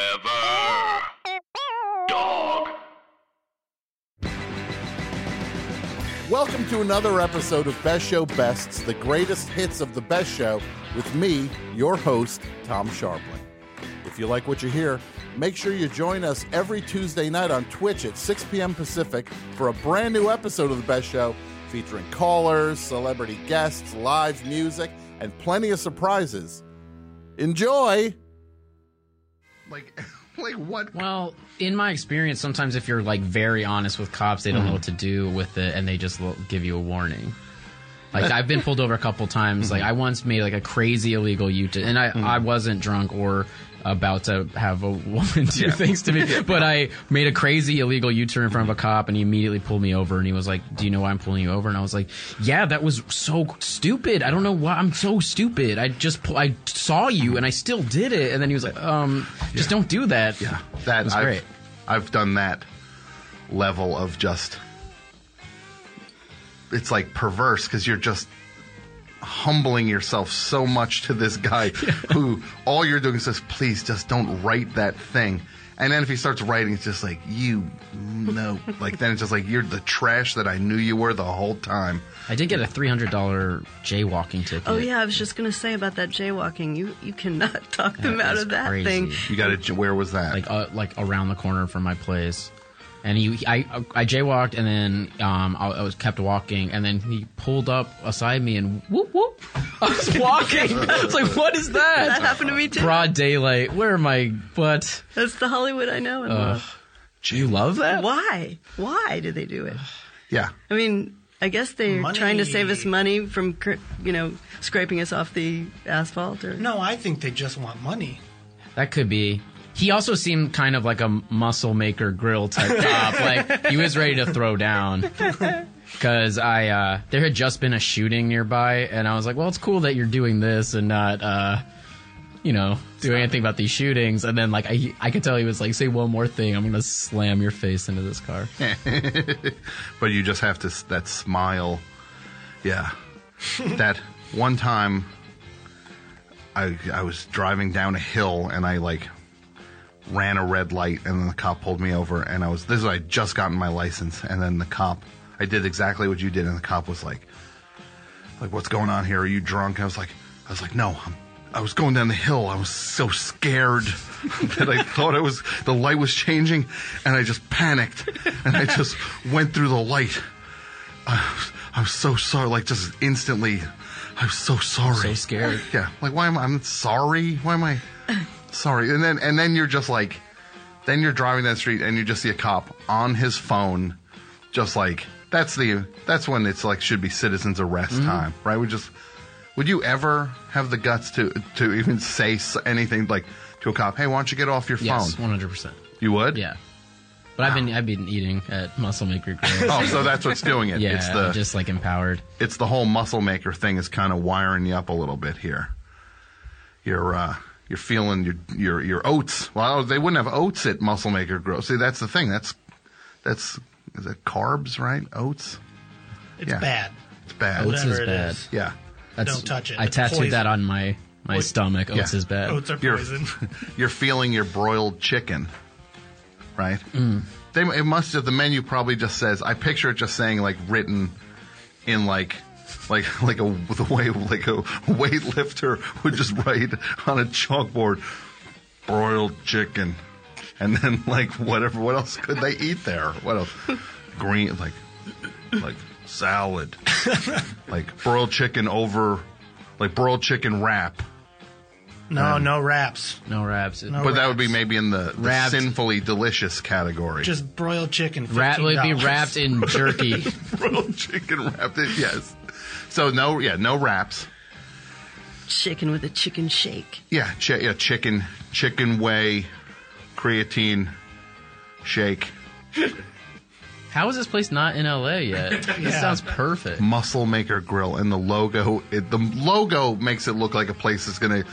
Forever. Dog. Welcome to another episode of Best Show Bests, the greatest hits of the best show, with me, your host, Tom Sharpling. If you like what you hear, make sure you join us every Tuesday night on Twitch at 6 p.m. Pacific for a brand new episode of The Best Show featuring callers, celebrity guests, live music, and plenty of surprises. Enjoy! Like, like what? Well, in my experience, sometimes if you're like very honest with cops, they don't know what to do with it, and they just will give you a warning. Like I've been pulled over a couple times. Like I once made like a crazy illegal U-turn, and Mm-hmm. I I wasn't drunk or about to have a woman do things to me, but I made a crazy illegal U-turn in front of a cop, and he immediately pulled me over, and he was like, "Do you know why I'm pulling you over?" And I was like, "Yeah, that was so stupid. I don't know why I'm so stupid. I just pu- I saw you, and I still did it." And then he was like, "Um, just don't do that." Yeah, that It was I've, great. I've done that level of just. It's like perverse because you're just humbling yourself so much to this guy who all you're doing is just please just don't write that thing. And then if he starts writing, it's just like you no, like then it's just like you're the trash that I knew you were the whole time. I did get a three hundred dollar jaywalking ticket. Oh yeah, I was just gonna say about that jaywalking. You you cannot talk them out is of that crazy. thing. You got to where was that? like uh, like around the corner from my place. And he, I, I jaywalked, and then um, I, I was kept walking, and then he pulled up aside me and whoop whoop. I was walking. I was like, "What is That that?" happened to me too. Broad daylight. Where am I? What? That's the Hollywood I know and Uh. love. You love that? Why? Why do they do it? yeah. I mean, I guess they're trying to save us money from cr- you know scraping us off the asphalt or No, I think they just want money. That could be. He also seemed kind of like a muscle maker grill type cop. like he was ready to throw down. Because I, uh, there had just been a shooting nearby, and I was like, well, it's cool that you're doing this and not, uh, you know, doing anything about these shootings. And then, like, I, I could tell he was like, say one more thing, I'm gonna slam your face into this car. but you just have to s- that smile. Yeah, that one time, I I was driving down a hill and I like ran a red light and then the cop pulled me over and I was this is I would just gotten my license and then the cop I did exactly what you did and the cop was like like what's going on here are you drunk I was like I was like no I'm I was going down the hill. I was so scared that I thought it was the light was changing, and I just panicked, and I just went through the light. I, I was so sorry, like just instantly. I was so sorry. So scared. Yeah, like why am I? I'm sorry. Why am I sorry? And then and then you're just like, then you're driving that street and you just see a cop on his phone, just like that's the that's when it's like should be citizens arrest Mm-hmm. time, right? We just would you ever have the guts to to even say s- anything like to a cop? Hey, why don't you get off your Yes, phone? 100%. You would, Yeah. But I've been, I've been eating at muscle maker grill. Oh, so that's what's doing it. yeah, it's the I'm just like empowered. it's the whole muscle maker thing is kind of wiring you up a little bit here. You're uh, you're feeling your your your oats. Well, they wouldn't have oats at muscle maker grill. See, that's the thing. That's that's is it carbs, right? Oats. It's Yeah. bad. It's bad. Oats Whatever is it bad. is. Yeah. That's- Don't touch it. I It's tattooed poison. Oh, that on my my stomach. Oh, Oats Yeah. is bad. Oats are You're- poison. You're feeling your broiled chicken, right? Mm. They it must have the menu probably just says. I picture it just saying like written in like. Like like a the way like a weightlifter would just write on a chalkboard, broiled chicken, and then like whatever. What else could they eat there? What else? Green like like salad, like broiled chicken over, like broiled chicken wrap. no, no wraps. No wraps. No But that wraps. would be maybe in the, the Wrapped. sinfully delicious category. just broiled chicken. Rat would be $15. wrapped in jerky. broiled chicken wrapped in yes. So no, yeah, no wraps. chicken with a chicken shake. Yeah, chi- yeah, chicken, chicken whey, creatine shake, How is this place not in LA yet? This Yeah. sounds perfect. muscle maker grill, and the logo. It, the logo makes it look like a place that's gonna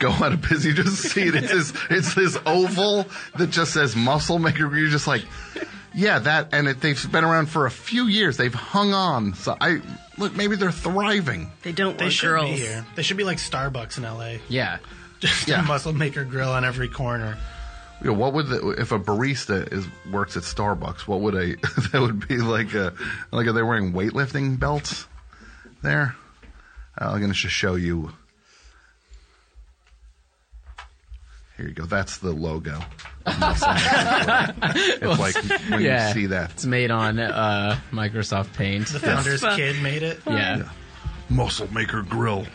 go out of business. You just see it. It's this, it's this oval that just says muscle maker. You're just like. Yeah, that and it, they've been around for a few years. They've hung on. So I look, maybe they're thriving. They don't They want should girls. be here. They should be like Starbucks in LA. Yeah. Just Yeah. a muscle maker grill on every corner. You know, what would the, if a barista is works at Starbucks? What would a that would be like a like are they wearing weightlifting belts there? Uh, I'm gonna just show you. Here you go. That's the logo. it's like when yeah, you see that It's made on uh, Microsoft Paint. The founder's kid made it. Yeah. muscle maker grill.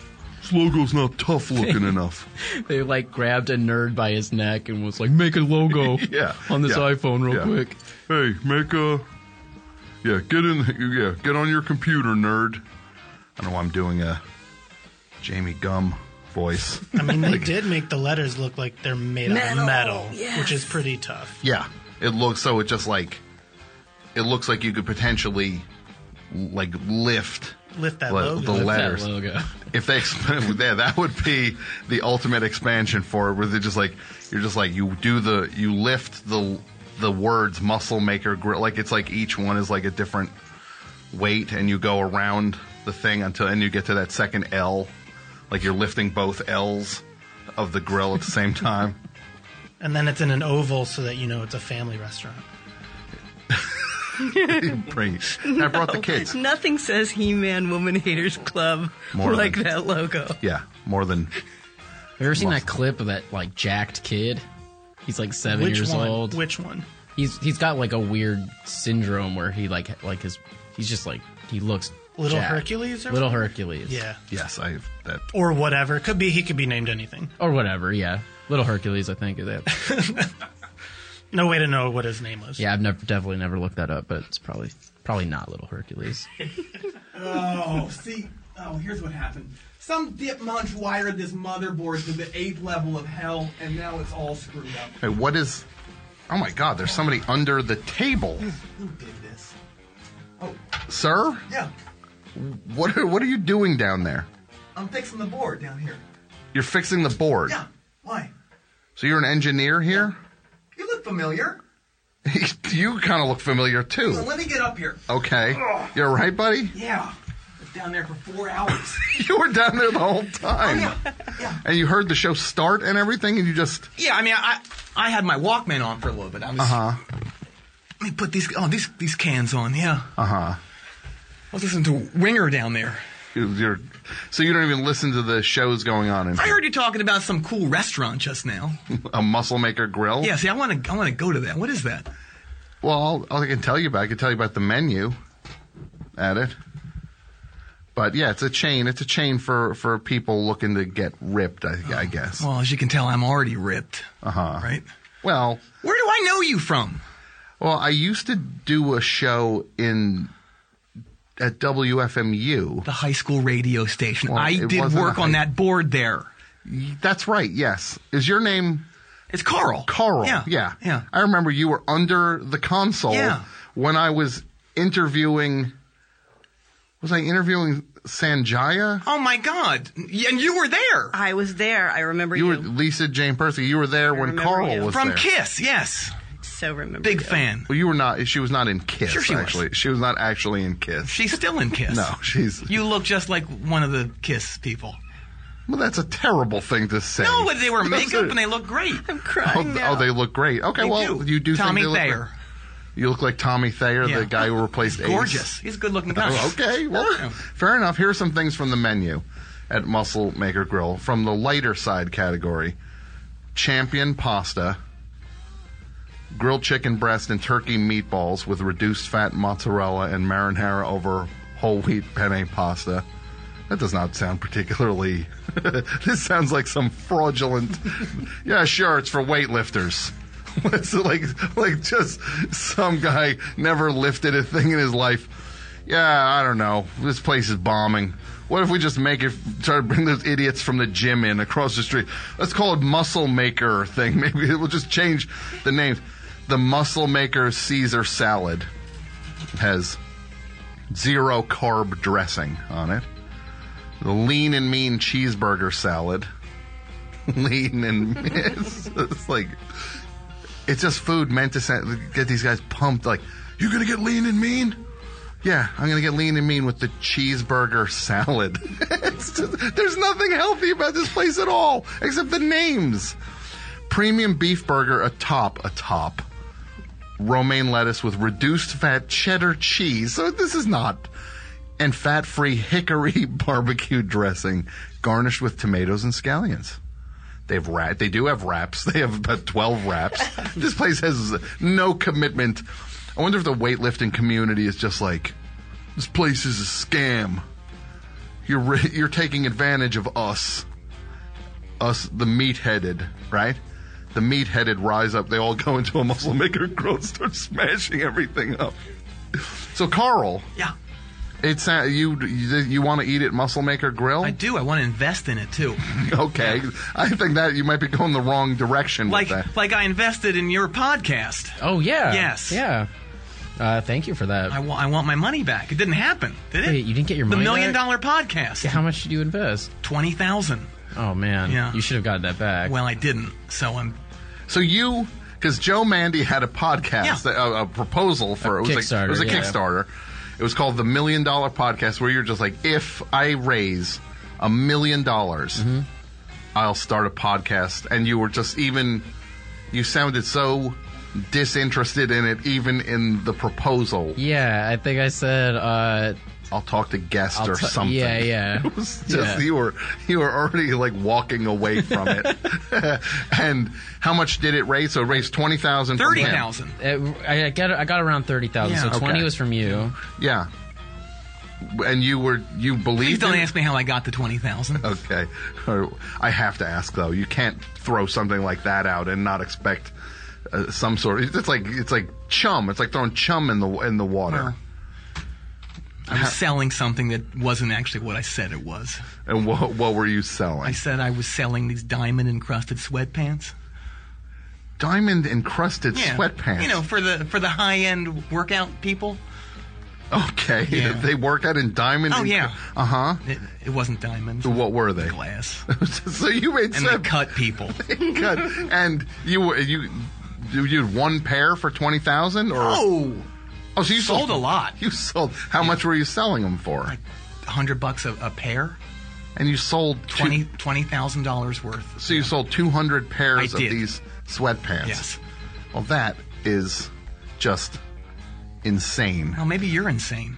This logo's not tough looking enough. They like grabbed a nerd by his neck and was like, make a logo yeah. on this yeah, iPhone real yeah. quick. Hey, make a. Yeah, get in. Yeah, get on your computer, nerd. I don't know why I'm doing a Jamie Gum voice. I mean, they did make the letters look like they're made out Metal, of metal, yes. which is pretty tough. yeah, it looks so. It just like it looks like you could potentially like lift Lift that le- logo. the Lift That that letters. logo. If they expand, yeah, that would be the ultimate expansion for it. Where they just like you're just like you do the you lift the the words muscle maker grill like it's like each one is like a different weight and you go around the thing until and you get to that second L, like you're lifting both L's of the grill at the same time. And then it's in an oval so that you know it's a family restaurant. Bring- I brought the kids. Nothing says He-Man Woman Haters Club More like than- that logo. Yeah, more than Have you ever seen that clip of that like jacked kid? He's like seven Which years one? old. Which one? he's he's got like a weird syndrome where he like like his he's just like he looks Little jacked. Hercules or Little something? Hercules. Yeah. yes, I that Or whatever. Could be he could be named anything. Or whatever, yeah. Little Hercules, I think. is it. No way to know what his name was. Yeah, I've never definitely never looked that up, but it's probably probably not Little Hercules. Oh, see, oh, here's what happened. Some dip munch wired this motherboard to the eighth level of hell, and now it's all screwed up. Hey, what is? Oh my God! There's somebody under the table, Who did this? Oh, sir. Yeah, What are, what are you doing down there? I'm fixing the board down here. You're fixing the board. Yeah, why? So you're an engineer here. You look familiar. you kind of look familiar too. So let me get up here. Okay. You're right, buddy. Yeah, it's down there for four hours. You were down there the whole time, Oh, yeah. and you heard the show start and everything, and you just Yeah, I mean, I I had my Walkman on for a little bit. I was. Uh huh. Let me put these oh these these cans on. Yeah. Uh huh. I was listening to Winger down there. you're so you don't even listen to the shows going on in I here. heard you talking about some cool restaurant just now. a muscle maker grill. Yeah, see, I want to I want to go to that. What is that? Well, all I can tell you about, I can tell you about the menu at it. But yeah, it's a chain. It's a chain for, for people looking to get ripped, I, I guess. Well, Well, as you can tell, I'm already ripped. Uh Uh-huh. huh. Right. well, Where do I know you from? I used to do a show in at WFMU. The high school radio station. Well, I it did wasn't work a on high- that board there. That's right. Yes, is your name It's Carl. Carl? Yeah. yeah, Yeah. I remember you were under the console Yeah. when I was interviewing. Was I interviewing Sanjaya? Oh my God! Y- And you were there I was there. I remember You you. were Lisa Jane Percy. You were there when remember Carl you. was from there. Kiss. Yes. so remember. Big you. fan. Well, you were not. She was not in Kiss. Sure she was. actually, she was not actually in Kiss. She's still in Kiss. no, she's. You look just like one of the Kiss people. well, that's a terrible thing to say. No, but they wear Those makeup are- and they look great. I'm crying Oh, now. oh, they look great. Okay, They well, do. you do. Tommy think they look Thayer. great. You look like Tommy Thayer, Yeah. the guy who replaced Ace. Gorgeous. He's a good-looking guy. Oh, okay, well, fair enough. Here are some things from the menu at Muscle Maker Grill from the lighter side category: champion pasta, grilled chicken breast, and turkey meatballs with reduced fat mozzarella and marinara over whole wheat penne pasta. That does not sound particularly. this sounds like some fraudulent. yeah, sure, it's for weightlifters. it's like like just some guy never lifted a thing in his life. Yeah, I don't know. This place is bombing. What if we just make it try to bring those idiots from the gym in across the street? Let's call it Muscle Maker thing. Maybe it will just change the name. The Muscle Maker Caesar Salad has zero carb dressing on it. The lean and mean cheeseburger salad. lean and it's, it's like it's just food meant to sa- get these guys pumped. Like you're gonna get lean and mean. Yeah, I'm gonna get lean and mean with the cheeseburger salad. it's just, there's nothing healthy about this place at all except the names. premium beef burger atop a top romaine lettuce with reduced fat cheddar cheese. So this is not and fat-free hickory barbecue dressing garnished with tomatoes and scallions. They have rat. They do have wraps. They have about twelve wraps. this place has no commitment. I wonder if the weightlifting community is just like, this place is a scam. You're ri- you're taking advantage of us, us the meat-headed, right? The meat-headed rise up. They all go into a muscle maker growth, start smashing everything up. So Carl, Yeah. it's uh, you you, you want to eat at Muscle Maker Grill? I do. I want to invest in it too. Okay, I think that you might be going the wrong direction Like with that. like I invested in your podcast. Oh yeah. Yes. Yeah. Uh, thank you for that. I, wa- I want my money back. It didn't happen, did it? Wait, you didn't get your the money million back? dollar podcast. How much did you invest? Twenty thousand. Oh man. Yeah. You should have got that back. Well, I didn't. So I'm. So you, because Joe Mandy had a Yeah. podcast, a, a proposal for A it was like, Kickstarter, it was a yeah. Kickstarter. It was called the Million Dollar Podcast, where you're just like, if I raise a million dollars, Mm-hmm. I'll start a podcast. And you were just even, you sounded so disinterested in it, even in the proposal. yeah, I think I said uh, I'll talk to guests I'll or t- something. yeah, yeah. It was just Yeah. you were you were already like walking away from it. and how much did it raise? So it raised twenty thousand. Thirty thousand. it, I got I got around thirty thousand. Yeah. so twenty Okay. was from you. Yeah. And you were you believed. Please don't in- ask me how I got to twenty thousand. Okay. I have to ask though. You can't throw something like that out and not expect uh, some sort. It's like it's like chum. It's like throwing chum in the in the water. Well. I was selling something that wasn't actually what I said it was. And what what were you I selling? said I was selling these diamond encrusted sweatpants. Diamond encrusted sweatpants. You know, for the for the high end workout people. Okay, Yeah. they work out in diamond. Oh, and- yeah. Uh huh. It, it wasn't diamonds. What were they? Glass. so you made And they seven- cut people. cut. And you were you you you had one pair for twenty thousand or Oh, oh so you sold a lot. You sold how much were you selling them for? like hundred bucks a, a pair. and you sold two- Twenty twenty thousand dollars worth. so you sold two hundred pairs I of did. these sweatpants. Yes. Well, that is just insane. Well, maybe you're insane.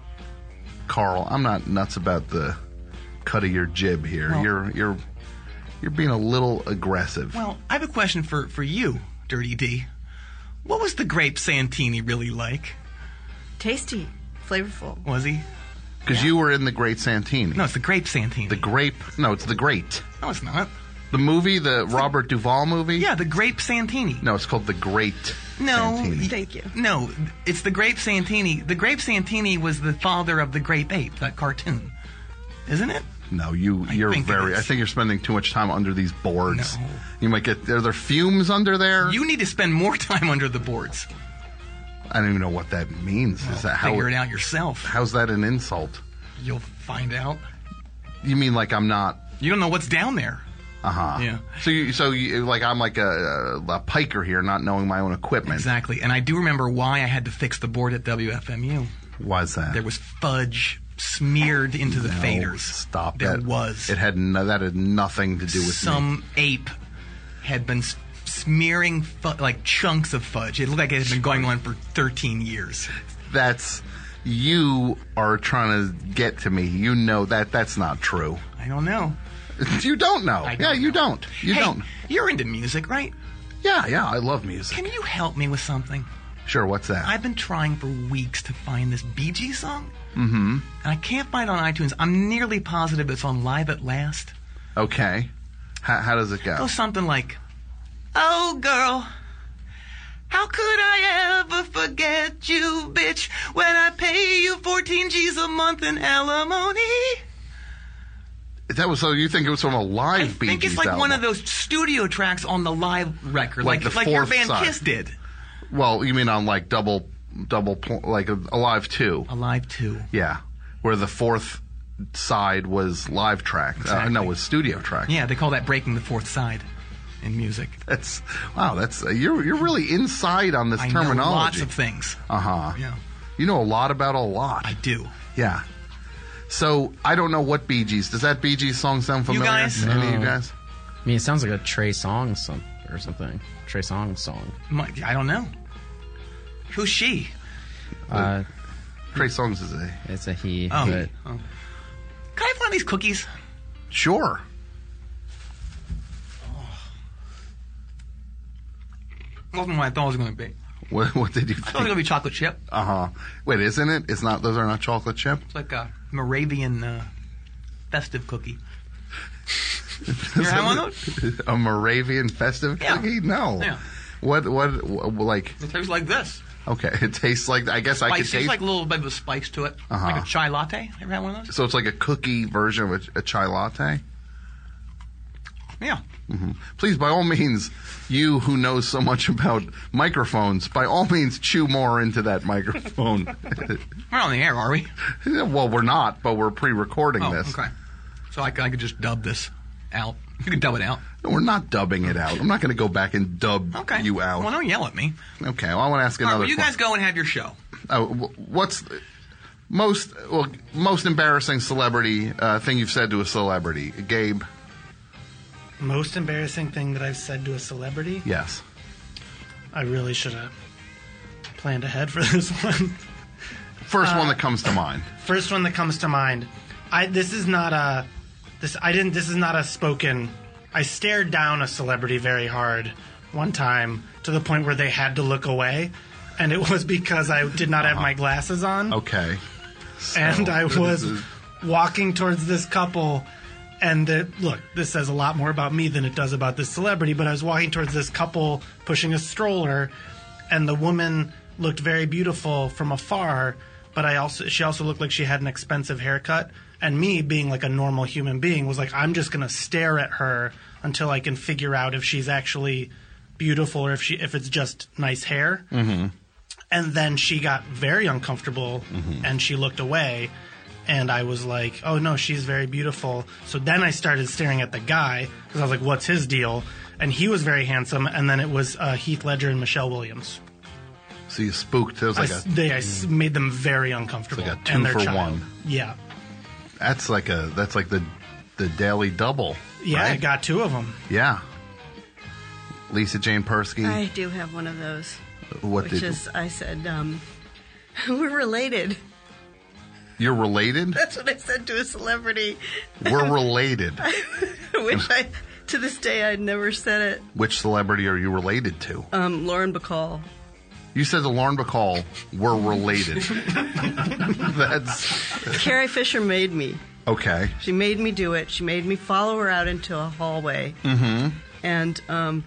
Carl, I'm not nuts about the cut of your jib here. you're you're you're being a little aggressive. Well, I have a question for for you, Dirty D. What was the grape Santini really like? Tasty, flavorful. Was he? Because you were in the Great Santini. No, it's the grape Santini. the Grape. No, it's the Great. no, it's not. The movie, the Robert Duvall movie. Yeah, the grape Santini. No, it's called the Great. No, Santini. Thank you. No, it's the grape Santini. The grape Santini was the father of the grape ape, that cartoon, isn't it? No, you I you're think it very. is. I think you're spending too much time under these boards. No. You might get are there fumes under there. You need to spend more time under the boards. I don't even know what that means. Is that how? Figure it out yourself. How's that an insult? You'll find out. You mean like I'm not? You don't know what's down there. Uh huh. Yeah. So you so you like I'm like a, a piker here, not knowing my own equipment. Exactly. And I do remember why I had to fix the board at WFMU. Why's that? There was fudge smeared into the No, faders. Stop. There that. was. It had no, that had nothing to do with me. some ape had been s- smearing fu- like chunks of fudge. It looked like it had been going on for 13 years. That's you are trying to get to me. You know that that's not true. I don't know. You don't know. I don't yeah, you know. don't. You hey, don't. You're into music, right? Yeah, yeah. I love music. Can you help me with something? sure. What's that? I've been trying for weeks to find this Bee Gees song. Mm-hmm. And I can't find it on iTunes. I'm nearly positive it's on Live at Last. okay. How, how does it go? Go something like, Oh, girl. How could I ever forget you, bitch, when I pay you 14 G's a month in alimony? That was so. You think it was from a live I Bee think it's Gees like album. one of those studio tracks on the live record, Like like the like, your fourth band side. Kiss did. Well, you mean on like double, double, pl- like a, a live two? Alive too. Yeah, where the fourth side was live track. Uh, no, Exactly. was studio track. Yeah, they call that breaking the fourth side in music. That's wow. That's uh, you're you're really inside on this I know terminology. lots of things. Uh huh. Yeah. You know a lot about a lot. I do. Yeah. So I don't know what Bee Gees. Does that Bee Gees song sound You familiar? guys? Any of No. you guys? I mean, it sounds like a Trey Song some, or something. Trey Song song. My, I don't know. Who's she? Uh, Trey Songs is a it's a he. Oh. But Oh. Can I have one of these cookies? sure. Wasn't what I thought it was going to be. I What what did you thought it was going to think? be chocolate chip. Uh huh. Wait, isn't it? It's not. Those are not chocolate chip. It's like a Moravian uh, festive cookie. You ever had one of those? a Moravian festive Yeah. cookie? No. Yeah. What, what? wh- Like? It tastes like this. Okay, it tastes like. I guess I could Spicy. taste. It's like a little bit of a spice to it. Uh-huh. Like a chai latte. Ever had one of those? so it's like a cookie version of a, a chai latte. Mm-hmm. Yeah. Please, by all means, you who knows so much about microphones, by all means, chew more into that microphone. We're on the air, are we? well, we're not, but we're pre-recording Oh, this. okay. So I, c- I could just dub this out. You could dub it out. No, we're not dubbing it out. I'm not going to go back and dub Okay. you out. Well, don't yell at me. okay, well, I want to ask All right, another. well, you guys question. go and have your show. Oh, wh- what's the most well most embarrassing celebrity uh, thing you've said to a celebrity, Gabe? Most embarrassing thing that I've said to a celebrity. Yes. I really should have planned ahead for this one. First Uh, one that comes to mind. First one that comes to mind. I this is not a this I didn't this is not a spoken. I stared down a celebrity very hard one time to the point where they had to look away, and it was because I did not have my glasses on. Okay. and So, I this was is- walking towards this couple. And the, look, this says a lot more about me than it does about this celebrity, but I was walking towards this couple pushing a stroller, and the woman looked very beautiful from afar, but I also she also looked like she had an expensive haircut. And me, being like a normal human being, was like, I'm just gonna stare at her until I can figure out if she's actually beautiful or if she if it's just nice hair Mm-hmm. and then she got very uncomfortable Mm-hmm. and she looked away and i was like oh no she's very beautiful so then i started staring at the guy because i was like what's his deal and he was very handsome and then it was uh, heath ledger and michelle williams So you spooked. It was I like s- a. they I s- made them very uncomfortable It's like a and two their for child. one. yeah That's like a. That's like the, the daily double. yeah i right? got two of them Yeah. Lisa Jane Persky. I do have one of those, what which did is I said um, we're related. you're related? That's what I said to a celebrity. We're related. Which I, to this day, I'd never said it. Which celebrity are you related to? Um, Lauren Bacall. You said to Lauren Bacall, we're related. That's Carrie Fisher made me. okay. She made me do it. She made me follow her out into a hallway. Mm-hmm. And um,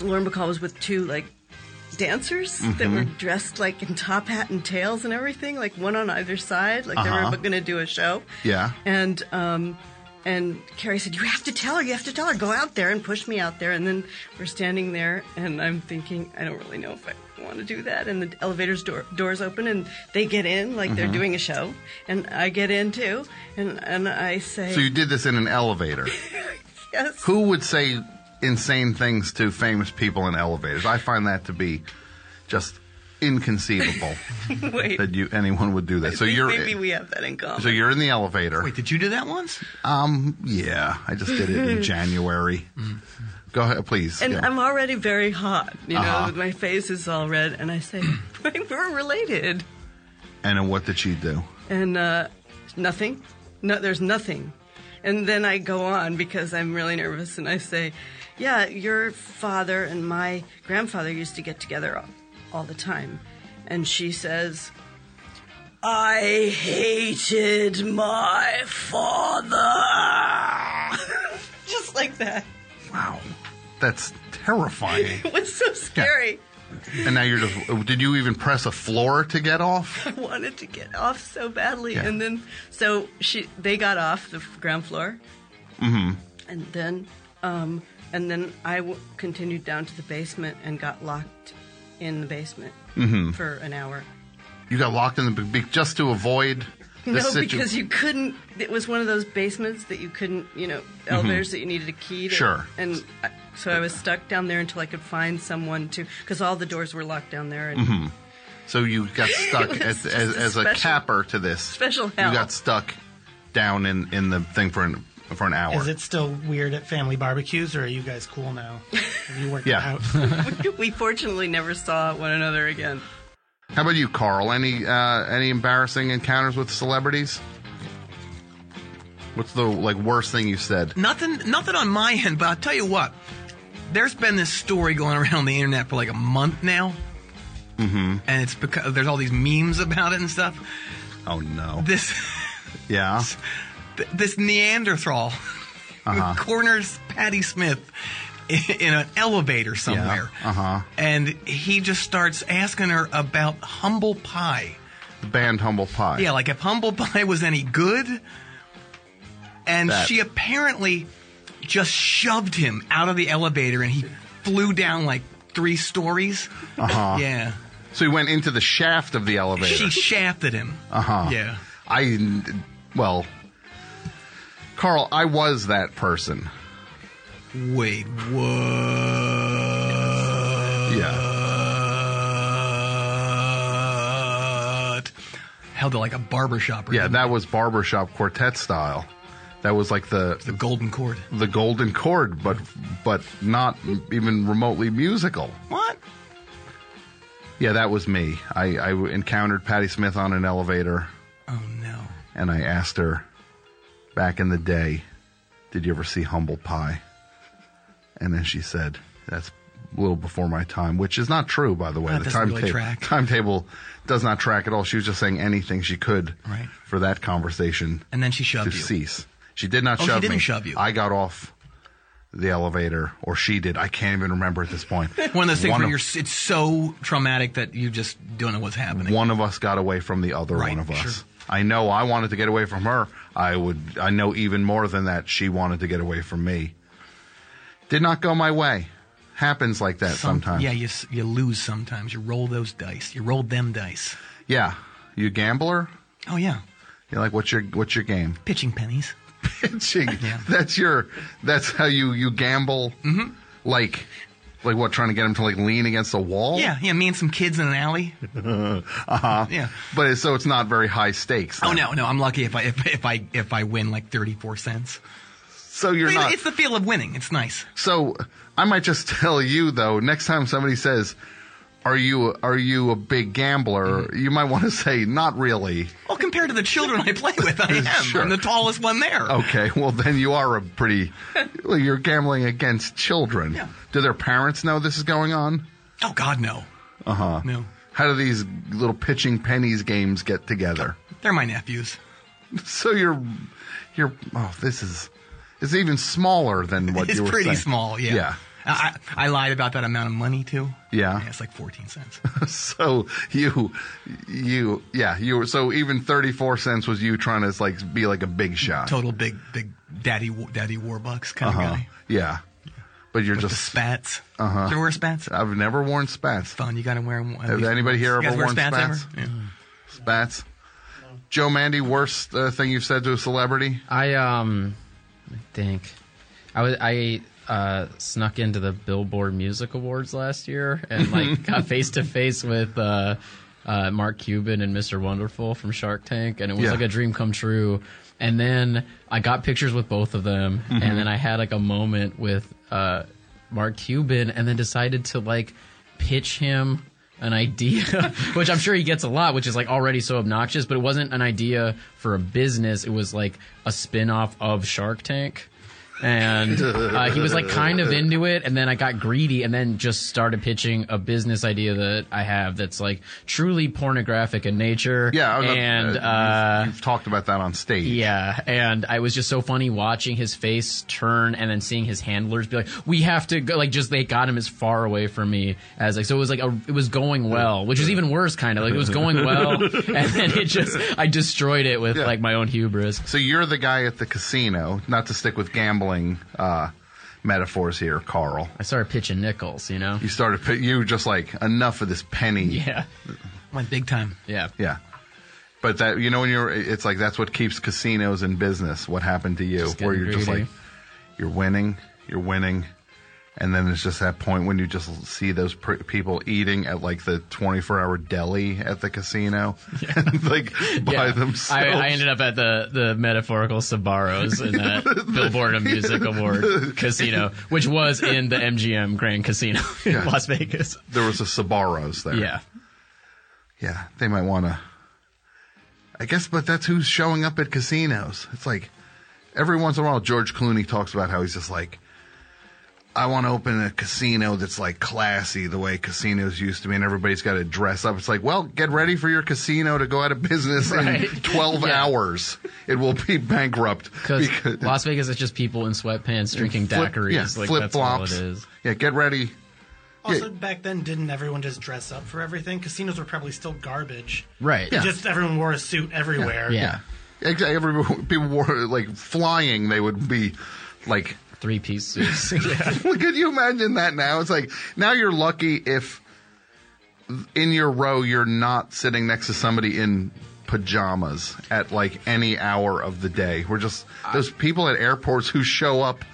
Lauren Bacall was with two like dancers that were Mm-hmm. dressed like in top hat and tails and everything, like one on either side, like Uh-huh. they were going to do a show. Yeah. And um, and Carrie said, "You have to tell her. You have to tell her. Go out there and push me out there." And then we're standing there, and I'm thinking, I don't really know if I want to do that. And the elevator's door doors open, and they get in like Mm-hmm. they're doing a show, and I get in too, and and I say, So you did this in an elevator. "Yes." Who would say insane things to famous people in elevators? I find that to be just inconceivable Wait. that you anyone would do that. so you're maybe we have that in common. so you're in the elevator. Wait, did you do that once? Um, yeah, I just did it in January. Go ahead, please. and Yeah. I'm already very hot, you know. Uh-huh. My face is all red, and I say, "Wait, "We're related." and then what did she do? and uh, nothing. No, there's nothing. And then I go on because I'm really nervous, and I say, "Yeah, your father and my grandfather used to get together all, all the time." And she says, "I hated my father," just like that. Wow, that's terrifying. It was so scary. And now you're just. Did you even press a floor to get off? I wanted to get off so badly, Yeah. and then so she they got off the f- ground floor, mm-hmm. and then um, and then I w- continued down to the basement and got locked in the basement Mm-hmm. for an hour. You got locked in the b- b- just to avoid No, this situation. because you couldn't. It was one of those basements that you couldn't, you know, elevators that you needed a key to. Mm-hmm. Sure. And I, so I was stuck down there until I could find someone to, because all the doors were locked down there. And so you got stuck was as, just as, a as a special- capper to this. special You hell. got stuck down in, in the thing for an for an hour. Is it still weird at family barbecues, or are you guys cool now? Have you worked Yeah. it out? Mm-hmm. we fortunately never saw one another again. How about you, Carl? Any uh, any embarrassing encounters with celebrities? What's the like worst thing you said? Nothing, nothing on my end, but I'll tell you what. There's been this story going around the internet for like a month now. Mm-hmm. And it's because there's all these memes about it and stuff. Oh no! This, yeah, th- this Neanderthal Uh-huh. corners Patty Smith i- in an elevator somewhere. Yeah, uh-huh. And he just starts asking her about humble pie. the band Humble Pie. Yeah, like if Humble Pie was any good. And That- she apparently just shoved him out of the elevator and he flew down like three stories. Uh-huh. Yeah. So he went into the shaft of the elevator. She shafted him. Uh-huh. Yeah. I, well, Carl, I was that person. Wait, what? Yeah. Held it like a barber shop. or Yeah, something. that was barbershop quartet style. That was like the the golden cord. the golden chord, but but not even remotely musical. What? Yeah, that was me. I, I encountered Patty Smith on an elevator, Oh no. and I asked her back in the day, "Did you ever see Humble Pie?" And then she said, "That's a little before my time," which is not true, by the way. That the doesn't time really track. timetable does not track at all. She was just saying anything she could Right. for that conversation And then she shoved to you. cease. She did not Oh, she shove didn't me. shove you. I got off the elevator, or she did. I can't even remember at this point. One of those things One where of- you're, s- it's so traumatic that you just don't know what's happening. one of us got away from the other Right, one of us. sure. I know I wanted to get away from her. I would I know even more than that she wanted to get away from me. Did not go my way. Happens like that Some- sometimes. Yeah, you s- you lose sometimes. You roll those dice. You roll them dice. Yeah. You gambler? Oh yeah, You're like what's your what's your game? pitching pennies. Pitching. Yeah. That's your that's how you you gamble. Mm-hmm. Like like what trying to get him to like lean against the wall? Yeah, yeah. Me and some kids in an alley. Oh. Uh-huh. Yeah. But it's, so it's not very high stakes. Oh then. no, no. I'm lucky if I if, if I if I win like 34 cents. So you're But not It's the feel of winning. It's nice. So I might just tell you though, next time somebody says, "Are you are you a big gambler?" Mm-hmm. You might want to say, "Not really." Well, compared to the children I play with, I am. Sure. Oh. I'm the tallest one there. Okay, well then you are a pretty well, you're gambling against children. Yeah. Do their parents know this is going on? Oh God, no. Uh Uh-huh. huh. No, How do these little pitching pennies games get together? they're my nephews. So you're you're oh this is it's even smaller than what it's you were pretty saying. small. Yeah. Yeah. I, I I lied about that amount of money too. Yeah. it's like 14 cents. So you, you, yeah, you were. So even thirty four cents was you trying to like be like a big shot. Total big big daddy wa- daddy Warbucks kind of Uh-huh. guy. Yeah, but you're With the just. spats. Uh-huh. wear spats? I've never worn spats. Fun. You gotta wear them. at Has least anybody once. here You guys ever wear worn spats? spats? Ever? Yeah. Spats. Joe Mandy, worst uh, thing you've said to a celebrity? I um, I think I was I uh snuck into the Billboard Music Awards last year and like got face to face with uh, uh Mark Cuban and Mr. Wonderful from Shark Tank, and it was Yeah. like a dream come true. And then I got pictures with both of them, and then I had like a moment with uh Mark Cuban, and then decided to like pitch him an idea, which I'm sure he gets a lot, which is like already so obnoxious, but it wasn't an idea for a business. It was like a spin off of Shark Tank. and uh, he was like kind of into it. And then I got greedy, and then just started pitching a business idea that I have that's like truly pornographic in nature. Yeah, I was- and uh, you've, you've talked about that on stage. yeah, and I was just so funny watching his face turn and then seeing his handlers be like, "We have to go." Like, just they got him as far away from me as like. So it was like a, it was going well, which was even worse, kind of like it was going well, and then it just I destroyed it with Yeah. like my own hubris. So you're the guy at the casino, not to stick with gambling uh, metaphors here, Carl. I started pitching nickels, you know. You started, pi- you were just like, enough of this penny. Yeah, Went big time. yeah, Yeah. But that, you know, when you're, it's like, that's what keeps casinos in business. What happened to you? Just where getting you're just greedy. like, you're winning, you're winning. And then it's just that point when you just see those pr- people eating at like the 24 hour deli at the casino, like by Yeah. themselves. I, I ended up at the, the metaphorical Sabaros in that Billboard of Music Award casino, which was in the MGM Grand Casino in Yeah. Las Vegas. there was a Sabaros there. Yeah. Yeah, they might want to. I guess, but that's who's showing up at casinos. It's like every once in a while, George Clooney talks about how he's just like, I want to open a casino that's like classy the way casinos used to be, and everybody's got to dress up. It's like, well, get ready for your casino to go out of business in Right. 12 Yeah. hours. It will be bankrupt. Because Because- Las Vegas is just people in sweatpants drinking Flip- daiquiris. yeah, like, flip that's flops. all it is. Yeah, get ready. Also, back then, didn't everyone just dress up for everything? Casinos were probably still garbage. Right. It Just everyone wore a suit everywhere. Yeah. Exactly. Every, people were like flying. They would be like Three piece suits. Well, Could you imagine that now? It's like now you're lucky if in your row you're not sitting next to somebody in pajamas at like any hour of the day. We're just those people at airports who show up.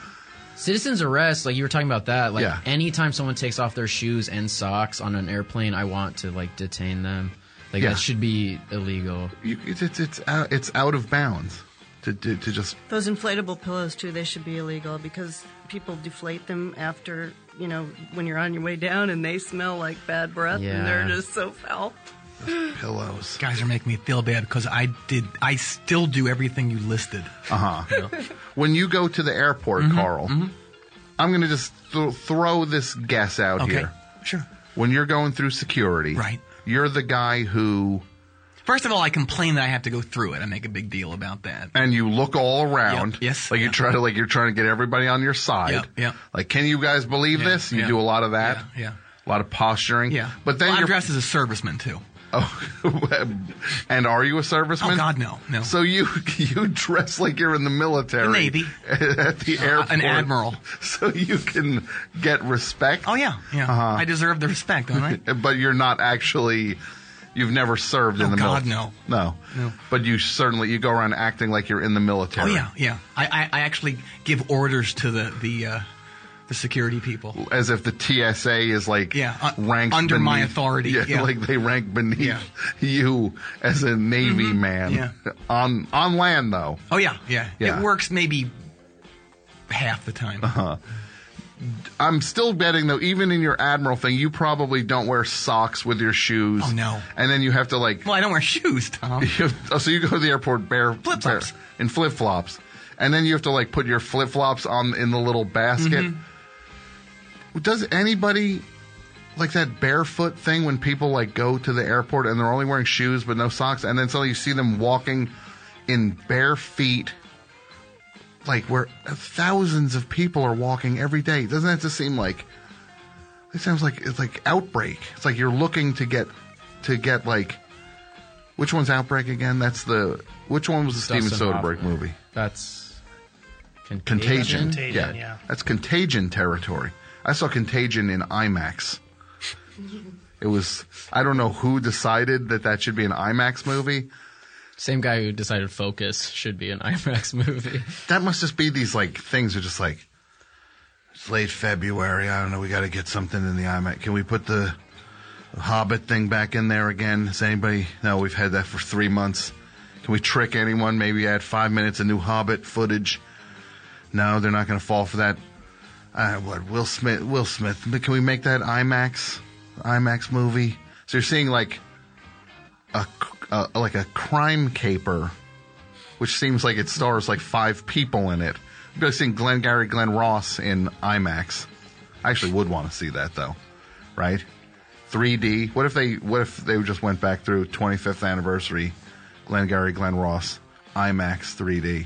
Citizens arrest, like you were talking about that. Like Yeah. anytime someone takes off their shoes and socks on an airplane, I want to like detain them. Like Yeah. that should be illegal. You, it's it's it's out, it's out of bounds to, to to just Those inflatable pillows too, they should be illegal because people deflate them after, you know, when you're on your way down and they smell like bad breath Yeah. and they're just so foul. pillows. Guys are making me feel bad because I did. I still do everything you listed. Uh huh. When you go to the airport, Mm-hmm. Carl, I'm going to just th- throw this guess out Okay. here. Sure. When you're going through security, Right. You're the guy who First of all, I complain that I have to go through it. I make a big deal about that. and you look all around. Yep, yes, Like you yep. try to like you're trying to get everybody on your side. Yep, yep. Like, can you guys believe this? You yeah. do a lot of that. Yeah, yeah. A lot of posturing. Yeah. But then well, I'm you're dressed as a serviceman too. oh, and are you a serviceman? Oh, God, no, no. So you you dress like you're in the military, The Navy. at the airport, an admiral. so you can get respect. Oh yeah, yeah. Uh-huh. I deserve the respect, don't I? But you're not actually. You've never served in Oh, the God, military. no. No. No. But you certainly you go around acting like you're in the oh military. yeah, yeah. I, I, I actually give orders to the the uh, the security people. as if the TSA is like Yeah, uh, ranked under my beneath- authority, yeah. like they rank beneath Yeah. Mm-hmm. you as a Navy man. yeah. On on land though, Oh yeah, yeah. Yeah. It works maybe half the time. I'm still betting though. Even in your admiral thing, you probably don't wear socks with your shoes. Oh, no. And then you have to like. Well, I don't wear shoes, Tom. you have- oh, so you go to the airport bare Uh-huh. Flip-flops. bare- in flip flops, and then you have to like put your flip flops on in the little basket. Does anybody like that barefoot thing when people like go to the airport and they're only wearing shoes but no socks, and then suddenly you see them walking in bare feet? Like where thousands of people are walking every day. Doesn't that just seem like it sounds like it's like outbreak. It's like you're looking to get to get like which one's outbreak again? That's the which one was the Steven Dustin Soderbergh Hoffman. movie? That's Contagion. Contagion, yeah. That's Contagion territory. I saw Contagion in IMAX. It was I don't know who decided that that should be an IMAX movie. Same guy who decided Focus should be an IMAX movie. that must just be these like things are just like it's late February. I don't know. We got to get something in the IMAX. Can we put the Hobbit thing back in there again? Is anybody? No, we've had that for three months. Can we trick anyone? Maybe add five minutes of new Hobbit footage. No, they're not going to fall for that. Uh, what Will Smith? Will Smith? But Can we make that IMAX IMAX movie? So you're seeing like a, c- uh like a crime caper which seems like it stars like five people in it, I'd go seeing Glenn Gary, Glenn Ross in IMAX. I actually would want to see that though, right? 3D. What if they What if they just went back through 25th anniversary, Glenn Gary, Glenn Ross, IMAX 3D?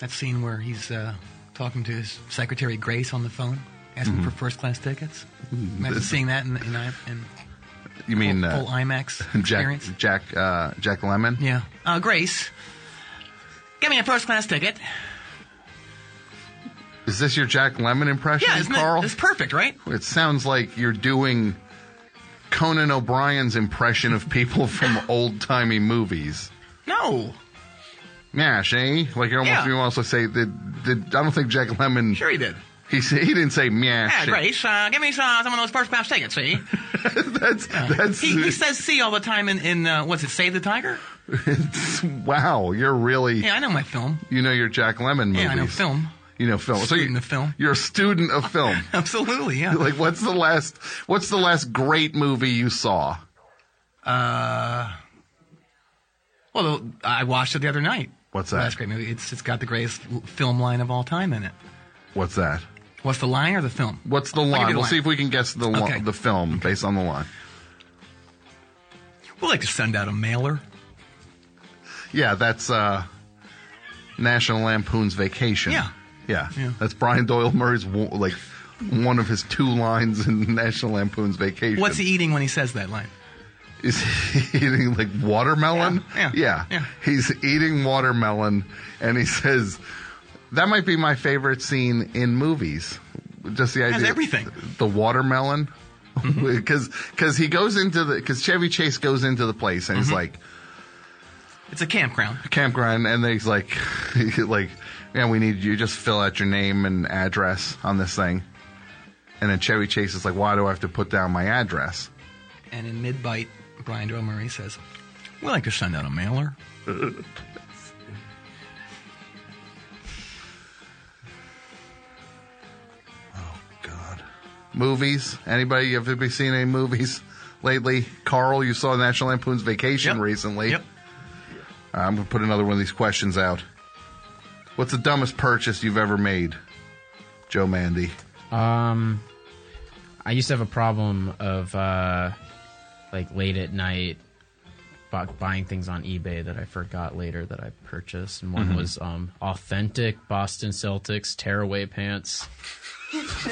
That scene where he's uh, talking to his secretary Grace on the phone, asking for first class tickets. Imagine seeing that in, in, I- in You mean full, full uh, IMAX Jack experience. Jack uh, Jack Lemon? Yeah. Uh, Grace, give me a first class ticket. Is this your Jack Lemon impression, Yeah, isn't it- Carl? It's perfect, right? It sounds like you're doing Conan O'Brien's impression of people from old timey movies. No. Nash, eh? Like you almost Yeah. you almost like say did, did I don't think Jack Lemon Sure he did. he sa- he didn't say meow. Yeah, Grace, uh, give me some, some of those first class tickets, see? that's that's He, he says see all the time in, in uh, what's it, Save the Tiger? it's- wow. You're really Yeah, I know my film. you know your Jack Lemon movies. Yeah, I know film. You know film. so Student you, of film. You're a student of film. Absolutely, yeah. like what's the last what's the last great movie you saw? Well, I watched it the other night. What's that? That's a great movie. It's it's got the greatest l- film line of all time in it. What's that? What's the line or the film? What's the I'll give line? you the We'll see if we can guess the li- Okay. the film based on the line. We like to send out a mailer. Yeah, that's uh, National Lampoon's Vacation. Yeah. yeah, Yeah. That's Brian Doyle Murray's wo- like one of his two lines in National Lampoon's Vacation. What's he eating when he says that line? Is he eating like watermelon? Yeah, yeah, yeah. He's eating watermelon, and he says that might be my favorite scene in movies. Just the idea everything. Mm-hmm. The watermelon, because because he goes into the because Chevy Chase goes into the place Mm-hmm. and he's like. It's a campground. campground, and he's like, like, yeah, we need you just fill out your name and address on this thing. And then Chevy Chase is like, why do I have to put down my address? And in mid bite, Brian Doyle Murray says, We like to send out a mailer. God, movies. Anybody have you seen any movies lately? Carl, you saw National Lampoon's Vacation Yep. recently. Uh, Yep. I'm gonna put another one of these questions out. What's the dumbest purchase you've ever made, Joe Mandy? Um, I used to have a problem of uh, like late at night bu- buying things on eBay that I forgot later that I purchased, and Mm-hmm. one was um, authentic Boston Celtics tearaway pants.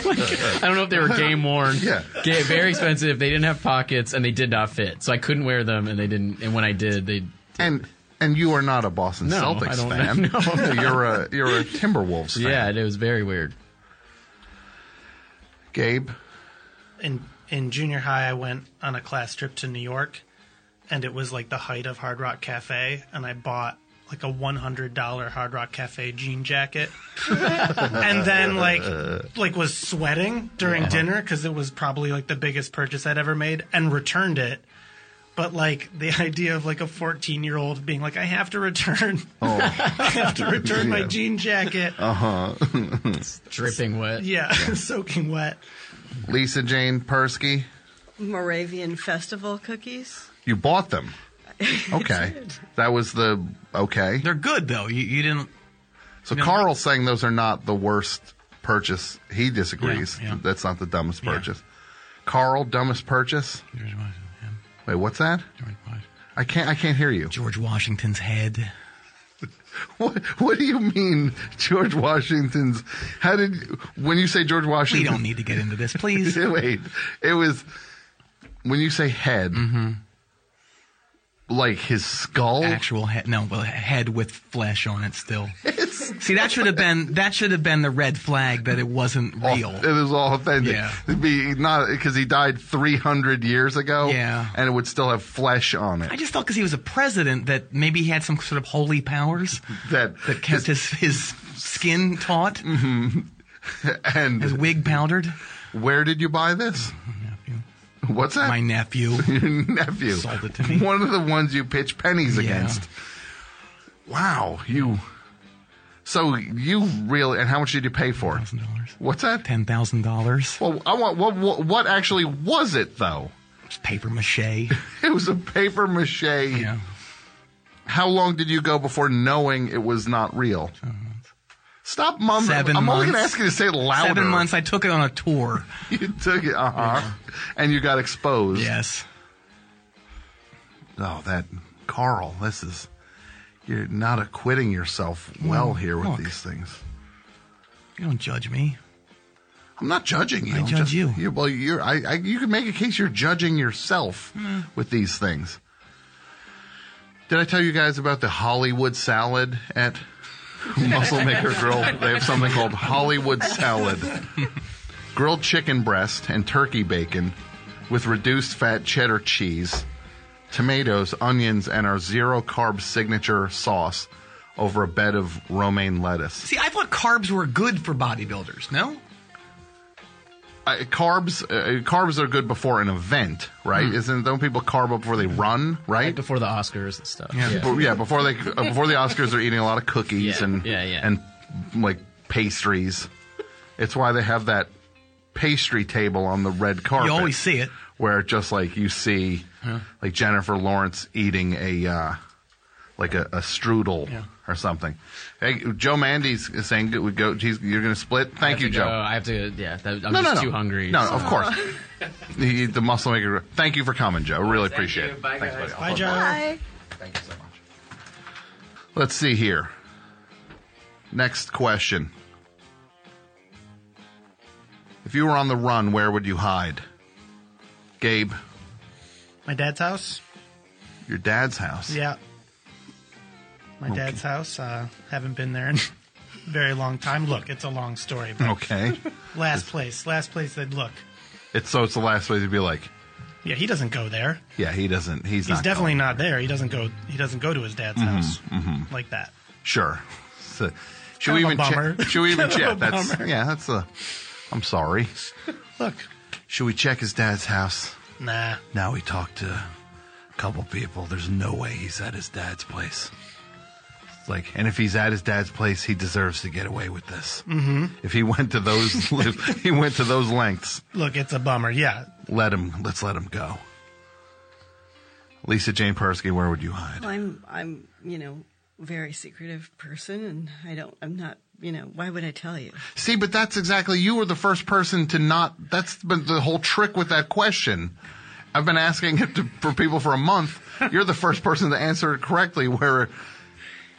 Like, I don't know if they were game worn. Yeah. Ga- very expensive. They didn't have pockets, and they did not fit, so I couldn't wear them. And they didn't. And when I did, they And and you are not a Boston No, Celtics I don't- fan. no. you're a you're a Timberwolves fan. yeah, it was very weird. Gabe. in in junior high I went on a class trip to New York and it was like the height of Hard Rock Cafe and I bought like a $100 Hard Rock Cafe jean jacket and then like like was sweating during dinner cuz it was probably like the biggest purchase I'd ever made and returned it but like the idea of like a 14 year old being like I have to return I have to return my Yeah. jean jacket Dripping wet. yeah soaking wet Lisa Jane Persky. Moravian festival cookies. You bought them. Okay. that was the okay. They're good, though. You, you didn't. So Carl's saying those are not the worst purchase. He disagrees. Yeah, yeah. That's not the dumbest purchase. Carl, dumbest purchase? George Washington, yeah, Wait, what's that? George Wash- I can't I can't hear you. George Washington's head. What what do you mean George Washington's how did when you say George We Washington don't need to get into this, please. Wait, it was when you say head, like his skull. Mm-hmm. Actual head. No, well, head with flesh on it still. It's See, that should have been that should have been the red flag that it wasn't real. Oh, It was all authentic. Yeah. It'd be not because he died three hundred years ago. Yeah. and it would still have flesh on it. I just thought because he was a president that maybe he had some sort of holy powers that that kept his his skin taut, his and wig powdered. where did you buy this? What's that? My nephew. Your nephew. Sold it to me. One of the ones you pitch pennies Yeah. against. Wow, you. So you really and how much did you pay for it? Thousand dollars. What's that? Ten thousand dollars. Well, I want what, what what actually was it though? It's paper mache. It was a paper mache. Yeah. How long did you go before knowing it was not real? Stop mumbling. Seven I'm only going to months. ask you to say it louder. Seven months. I took it on a tour. You took it, uh huh, and you got exposed. yes. Oh, that Carl. This is you're not acquitting yourself well here with Mm. look. these things. You don't judge me. I'm not judging you. I I'm judge just- you. You're, well, you're. I, I. You can make a case you're judging yourself Hmm. with these things. Did I tell you guys about the Hollywood salad at Muscle Maker Grill? They have something called Hollywood salad, grilled chicken breast and turkey bacon, with reduced fat cheddar cheese, tomatoes, onions, and our zero carb signature sauce over a bed of romaine lettuce. See, I thought carbs were good for bodybuilders. No? I, carbs uh, carbs are good before an event, right? Hmm. Isn't don't people carb up before they run, right? before the Oscars and stuff. Yeah. But yeah, before they uh, before the Oscars, they're eating a lot of cookies Yeah, and yeah, yeah. and like pastries. It's why they have that pastry table on the red carpet. You always see it. where just like you see, like Jennifer Lawrence eating a uh, like a, a strudel or something. Hey, Joe Mandy's saying that we go. He's, you're going to split. Thank you, to Joe. go. I have to. Yeah, that, I'm just too hungry. No, so- of course. the, the muscle maker. Thank you for coming, Joe. Really appreciate you. it. Bye, Thanks, guys. buddy. Bye, Joe. Hi. Thank you so much. Let's see here. Next question. If you were on the run, where would you hide? Gabe, My dad's house. your dad's house. Yeah. My dad's house. Uh, haven't been there in a very long time. Look, it's a long story. But Okay. last place. Last place they'd look. it's so it's the last way to be like, Yeah, he doesn't go there. yeah, he doesn't. He's, He's not definitely going. not there. He doesn't go. He doesn't go to his dad's house like that. Sure. So, should Kind we of a even bummer. check? Should we even Kind of check? a That's bummer. yeah. That's a. I'm sorry. Look, Should we check his dad's house? nah. Now we talked to a couple people. There's no way he's at his dad's place. It's like, and if he's at his dad's place, he deserves to get away with this. Mm-hmm. If he went to those, if he went to those lengths. Look, it's a bummer. Yeah, Let him. Let's let him go. Lisa Jane Persky, where would you hide? Well, I'm I'm you know very secretive person, and I don't I'm not you know why would I tell you? See, but that's exactly you were the first person to not. That's been the whole trick with that question. I've been asking it to, for people for a month. You're the first person to answer it correctly. Where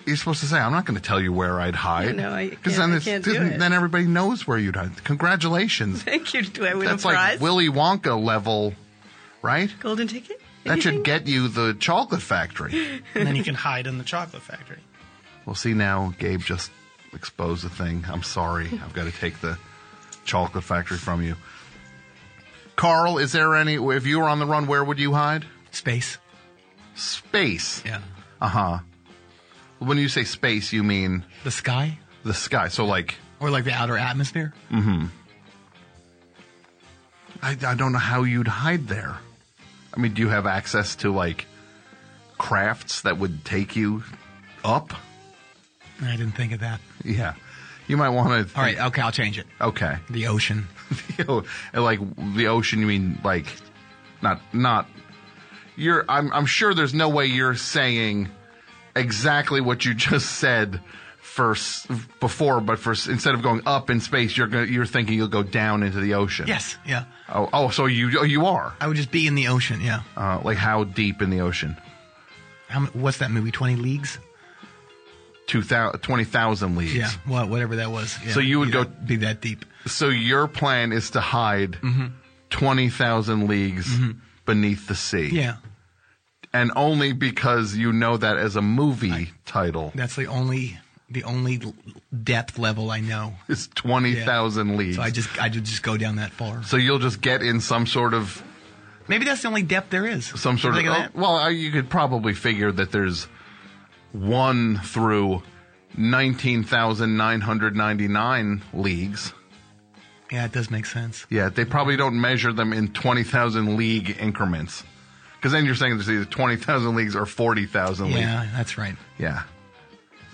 you're supposed to say, "I'm not going to tell you where I'd hide," no, I can't- then I it's- can't do then- it. then everybody knows where you'd hide. Congratulations, Thank you. Do I win that's a prize? like Willy Wonka level, right? Golden ticket. That should get you the chocolate factory. and then you can hide in the chocolate factory. Well, see now, Gabe just exposed the thing. I'm sorry. I've got to take the chocolate factory from you. Carl, is there any? If you were on the run, where would you hide? Space. Space. Yeah. Uh huh. When you say space, you mean The sky? the sky. So, like, Or like the outer atmosphere? I, I don't know how you'd hide there. I mean, do you have access to like crafts that would take you up? I didn't think of that. Yeah. You might want to. All right. Okay. I'll change it. Okay. The ocean. you know, and, like the ocean you mean like not not you're I'm I'm sure there's no way you're saying exactly what you just said first before but for instead of going up in space you're going you're thinking you'll go down into the ocean. Yes. Yeah. Oh, oh so you oh, you are. I would just be in the ocean. Yeah. Uh, like how deep in the ocean? How, mu- what's that movie? 20 Leagues? 2000 20,000 leagues. Yeah. What, whatever that was. Yeah. So you would Be go- that- be that deep. So your plan is to hide Mm-hmm. 20,000 leagues beneath the sea. Yeah. and only because you know that as a movie title That's the only the only l- depth level I know. is 20,000 leagues. So So, I just I would just go down that far. you'll just get in some sort of Maybe that's the only depth there is. some sort Think of, of that? oh, well I- you could probably figure that there's 1 through 19,999 leagues. yeah, it does make sense. Yeah, they probably don't measure them in 20,000 league increments. Cuz then you're saying there's either 20,000 leagues or 40,000 leagues. Yeah, that's right. Yeah.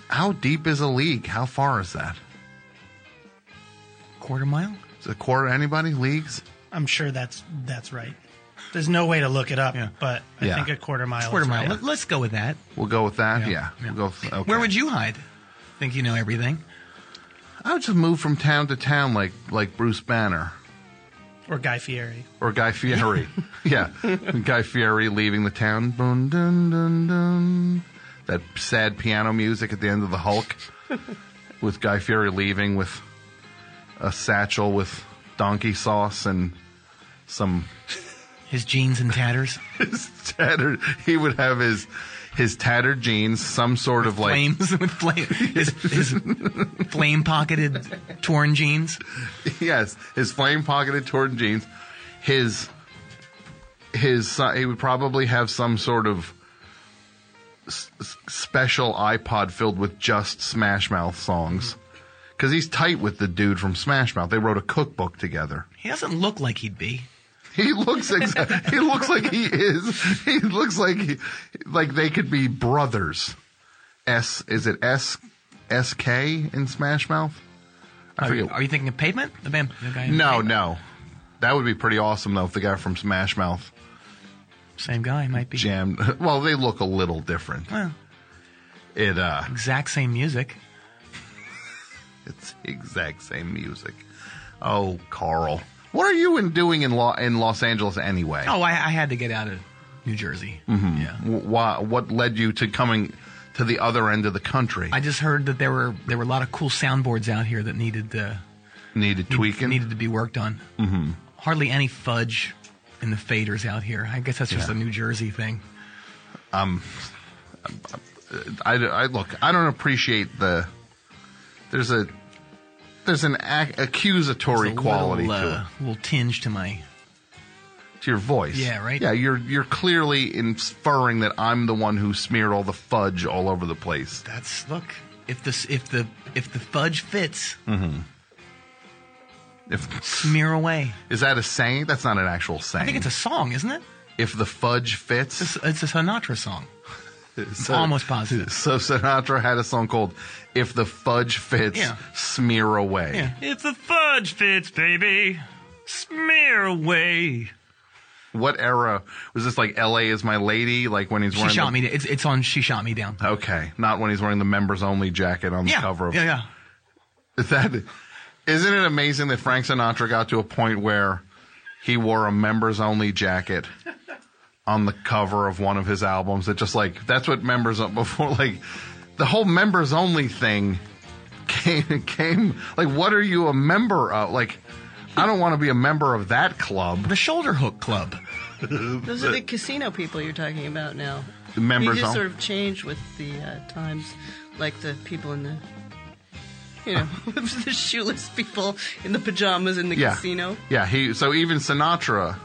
How deep is a league? How far is that? Quarter mile? Is it a quarter anybody leagues? I'm sure that's that's right. There's no way to look it up, Yeah. but I Yeah. think a quarter mile. Quarter is mile. right. Let, us go with that. We'll go with that. Yeah. Yeah. We'll go with, okay. Where would you hide? Think you know everything. I would just move from town to town like like Bruce Banner or Guy Fieri. or Guy Fieri. yeah, Guy Fieri leaving the town. Boom, dun, dun, dun. That sad piano music at the end of the Hulk, with Guy Fieri leaving with a satchel with donkey sauce and some His jeans in tatters. his tattered. He would have his his tattered jeans, some sort of like flames with flame. His, his flame pocketed torn jeans. yes, his flame pocketed torn jeans, his his son, he would probably have some sort of s- s- special iPod filled with just Smash Mouth songs because he's tight with the dude from Smash Mouth. They wrote a cookbook together. He doesn't look like he'd be. He looks exa- he looks like he is. He looks like he, like they could be brothers. S is it S S K in Smash Mouth? I Are you, forget. are you thinking of Pavement? The, band, the guy in No, Pavement? no. That would be pretty awesome though if the guy from Smash Mouth Same guy might be. jammed. Well, they look a little different. Well, It uh exact same music. it's the exact same music. Oh, Carl. What are you in doing in Lo- in Los Angeles anyway? Oh, I, I had to get out of New Jersey. Mm-hmm. Yeah. Wh- Why, what led you to coming to the other end of the country? I just heard that there were there were a lot of cool soundboards out here that needed uh, needed tweaking. needed to be worked on. Mm-hmm. Hardly any fudge in the faders out here. I guess that's just a New Jersey thing. I, I- look. I don't appreciate the. There's a there's an ac- accusatory There's a quality little, to uh, little tinge to my. it, to your voice. Yeah, right. Yeah, you're you're clearly inferring that I'm the one who smeared all the fudge all over the place. That's look. If this if the if the fudge fits, If smear away. Is that a saying? That's not an actual saying. I think it's a song, isn't it? if the fudge fits. It's, it's a Sinatra song. it's almost positive. So Sinatra had a song called "If the Fudge Fits, Yeah. Smear Away." Yeah. If the fudge fits, baby, smear away. What era was this? Like "L.A. Is My Lady," like when he's She wearing. shot the, me. It's it's on. She shot me down. Okay, not when he's wearing the members only jacket on the yeah. cover of yeah. Yeah. that. Isn't it amazing that Frank Sinatra got to a point where he wore a members only jacket on the cover of one of his albums? It just like that's what members before like the whole members only thing came came like what are you a member of? Like I don't want to be a member of that club. The shoulder hook club. Those are the casino people you're talking about now. The members you just on- sort of change with the uh, times, like the people in the, you know, the shoeless people in the pajamas in the Yeah. casino. Yeah, he so even Sinatra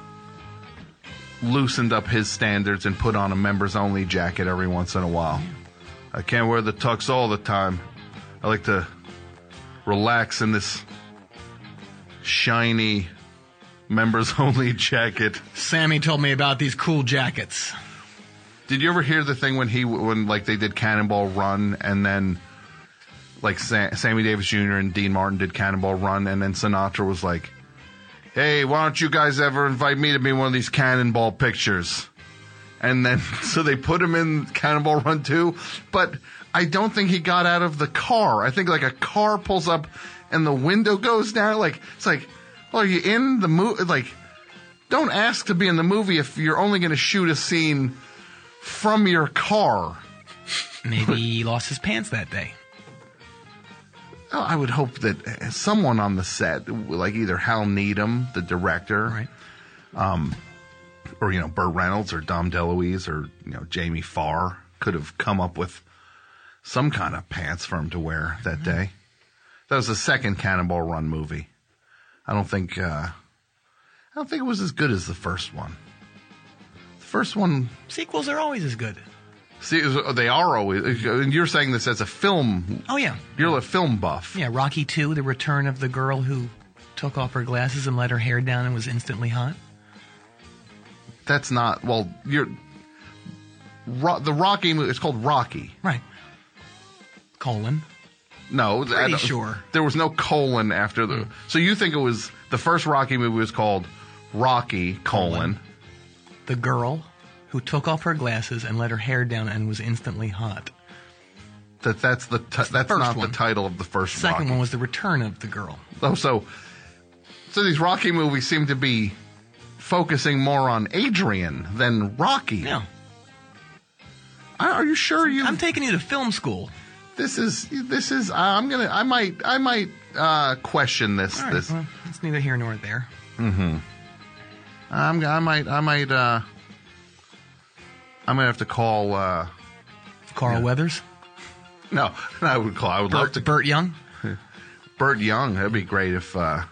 loosened up his standards and put on a members only jacket every once in a while. I can't wear the tux all the time. I like to relax in this shiny members only jacket. Sammy told me about these cool jackets. Did you ever hear the thing when he when like they did Cannonball Run and then like Sa- Sammy Davis Jr. and Dean Martin did Cannonball Run and then Sinatra was like, "Hey, why don't you guys ever invite me to be one of these Cannonball pictures?" And then so they put him in Cannonball Run 2, but I don't think he got out of the car. I think like a car pulls up and the window goes down like it's like, "Well, are you in the movie?" like don't ask to be in the movie if you're only going to shoot a scene from your car. Maybe he lost his pants that day. Oh, I would hope that uh, someone on the set, like either Hal Needham, the director, Right. or you know Burt Reynolds or Dom DeLuise or you know Jamie Farr, could have come up with some kind of pants for him to wear that day. That was the second Cannonball Run movie. I don't think uh, I don't think it was as good as the first one. The first one Sequels are always as good. See, they are always. and You're saying this as a film. Oh yeah. You're a film buff. Yeah, Rocky 2, The Return of the Girl Who Took Off Her Glasses and Let Her Hair Down and Was Instantly Hot. That's not. Well, you're. Ro- the Rocky movie. It's called Rocky. Right. Colon. No, I Pretty don't- sure. Hmm. There was no colon after the. So you think it was the first Rocky movie was called Rocky colon. The Girl Who Took Off Her Glasses and Let Her Hair Down and Was Instantly Hot. that that's the t- that's First not one. the title of the first Second Rocky. one was the return of the girl. Oh, so so these Rocky movies seem to be focusing more on Adrian than Rocky. Yeah. I- Are you sure you? I'm taking you to film school. this is this is. Uh, I'm gonna. I might. I might uh, question this. All right, this. well, it's neither here nor there. I'm. I might. I might. Uh, I might have to call. Uh, Carl Weathers, no, I would call. I would love Burt, to. Burt Young. Burt Young. That'd be great if uh,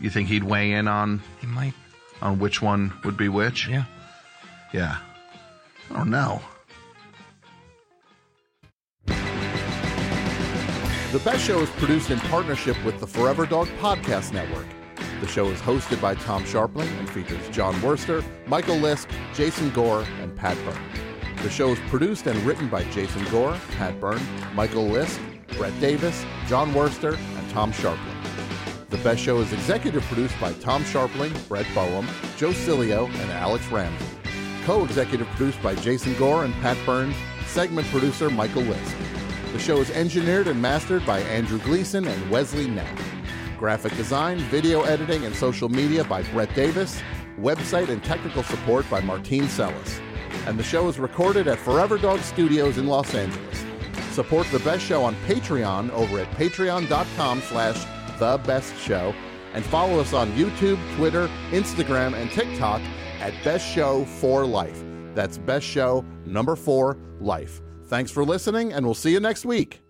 you think he'd weigh in on He might. on which one would be which. Yeah. Yeah. I don't know. The Best Show is produced in partnership with the Forever Dog Podcast Network. The show is hosted by Tom Sharpling and features John Worster, Michael Lisk, Jason Gore, and Pat Byrne. The show is produced and written by Jason Gore, Pat Byrne, Michael Lisk, Brett Davis, John Worster, and Tom Sharpling. The Best Show is executive produced by Tom Sharpling, Brett Boehm, Joe Cilio, and Alex Ramsey. Co-executive produced by Jason Gore and Pat Byrne, segment producer Michael Lisk. The show is engineered and mastered by Andrew Gleason and Wesley Knapp. Graphic design, video editing, and social media by Brett Davis. Website and technical support by Martine Sellis. And the show is recorded at Forever Dog Studios in Los Angeles. Support The Best Show on Patreon over at patreon.com slash The Best Show. And follow us on YouTube, Twitter, Instagram, and TikTok at Best Show for Life. That's Best Show number four, Life. Thanks for listening, and we'll see you next week.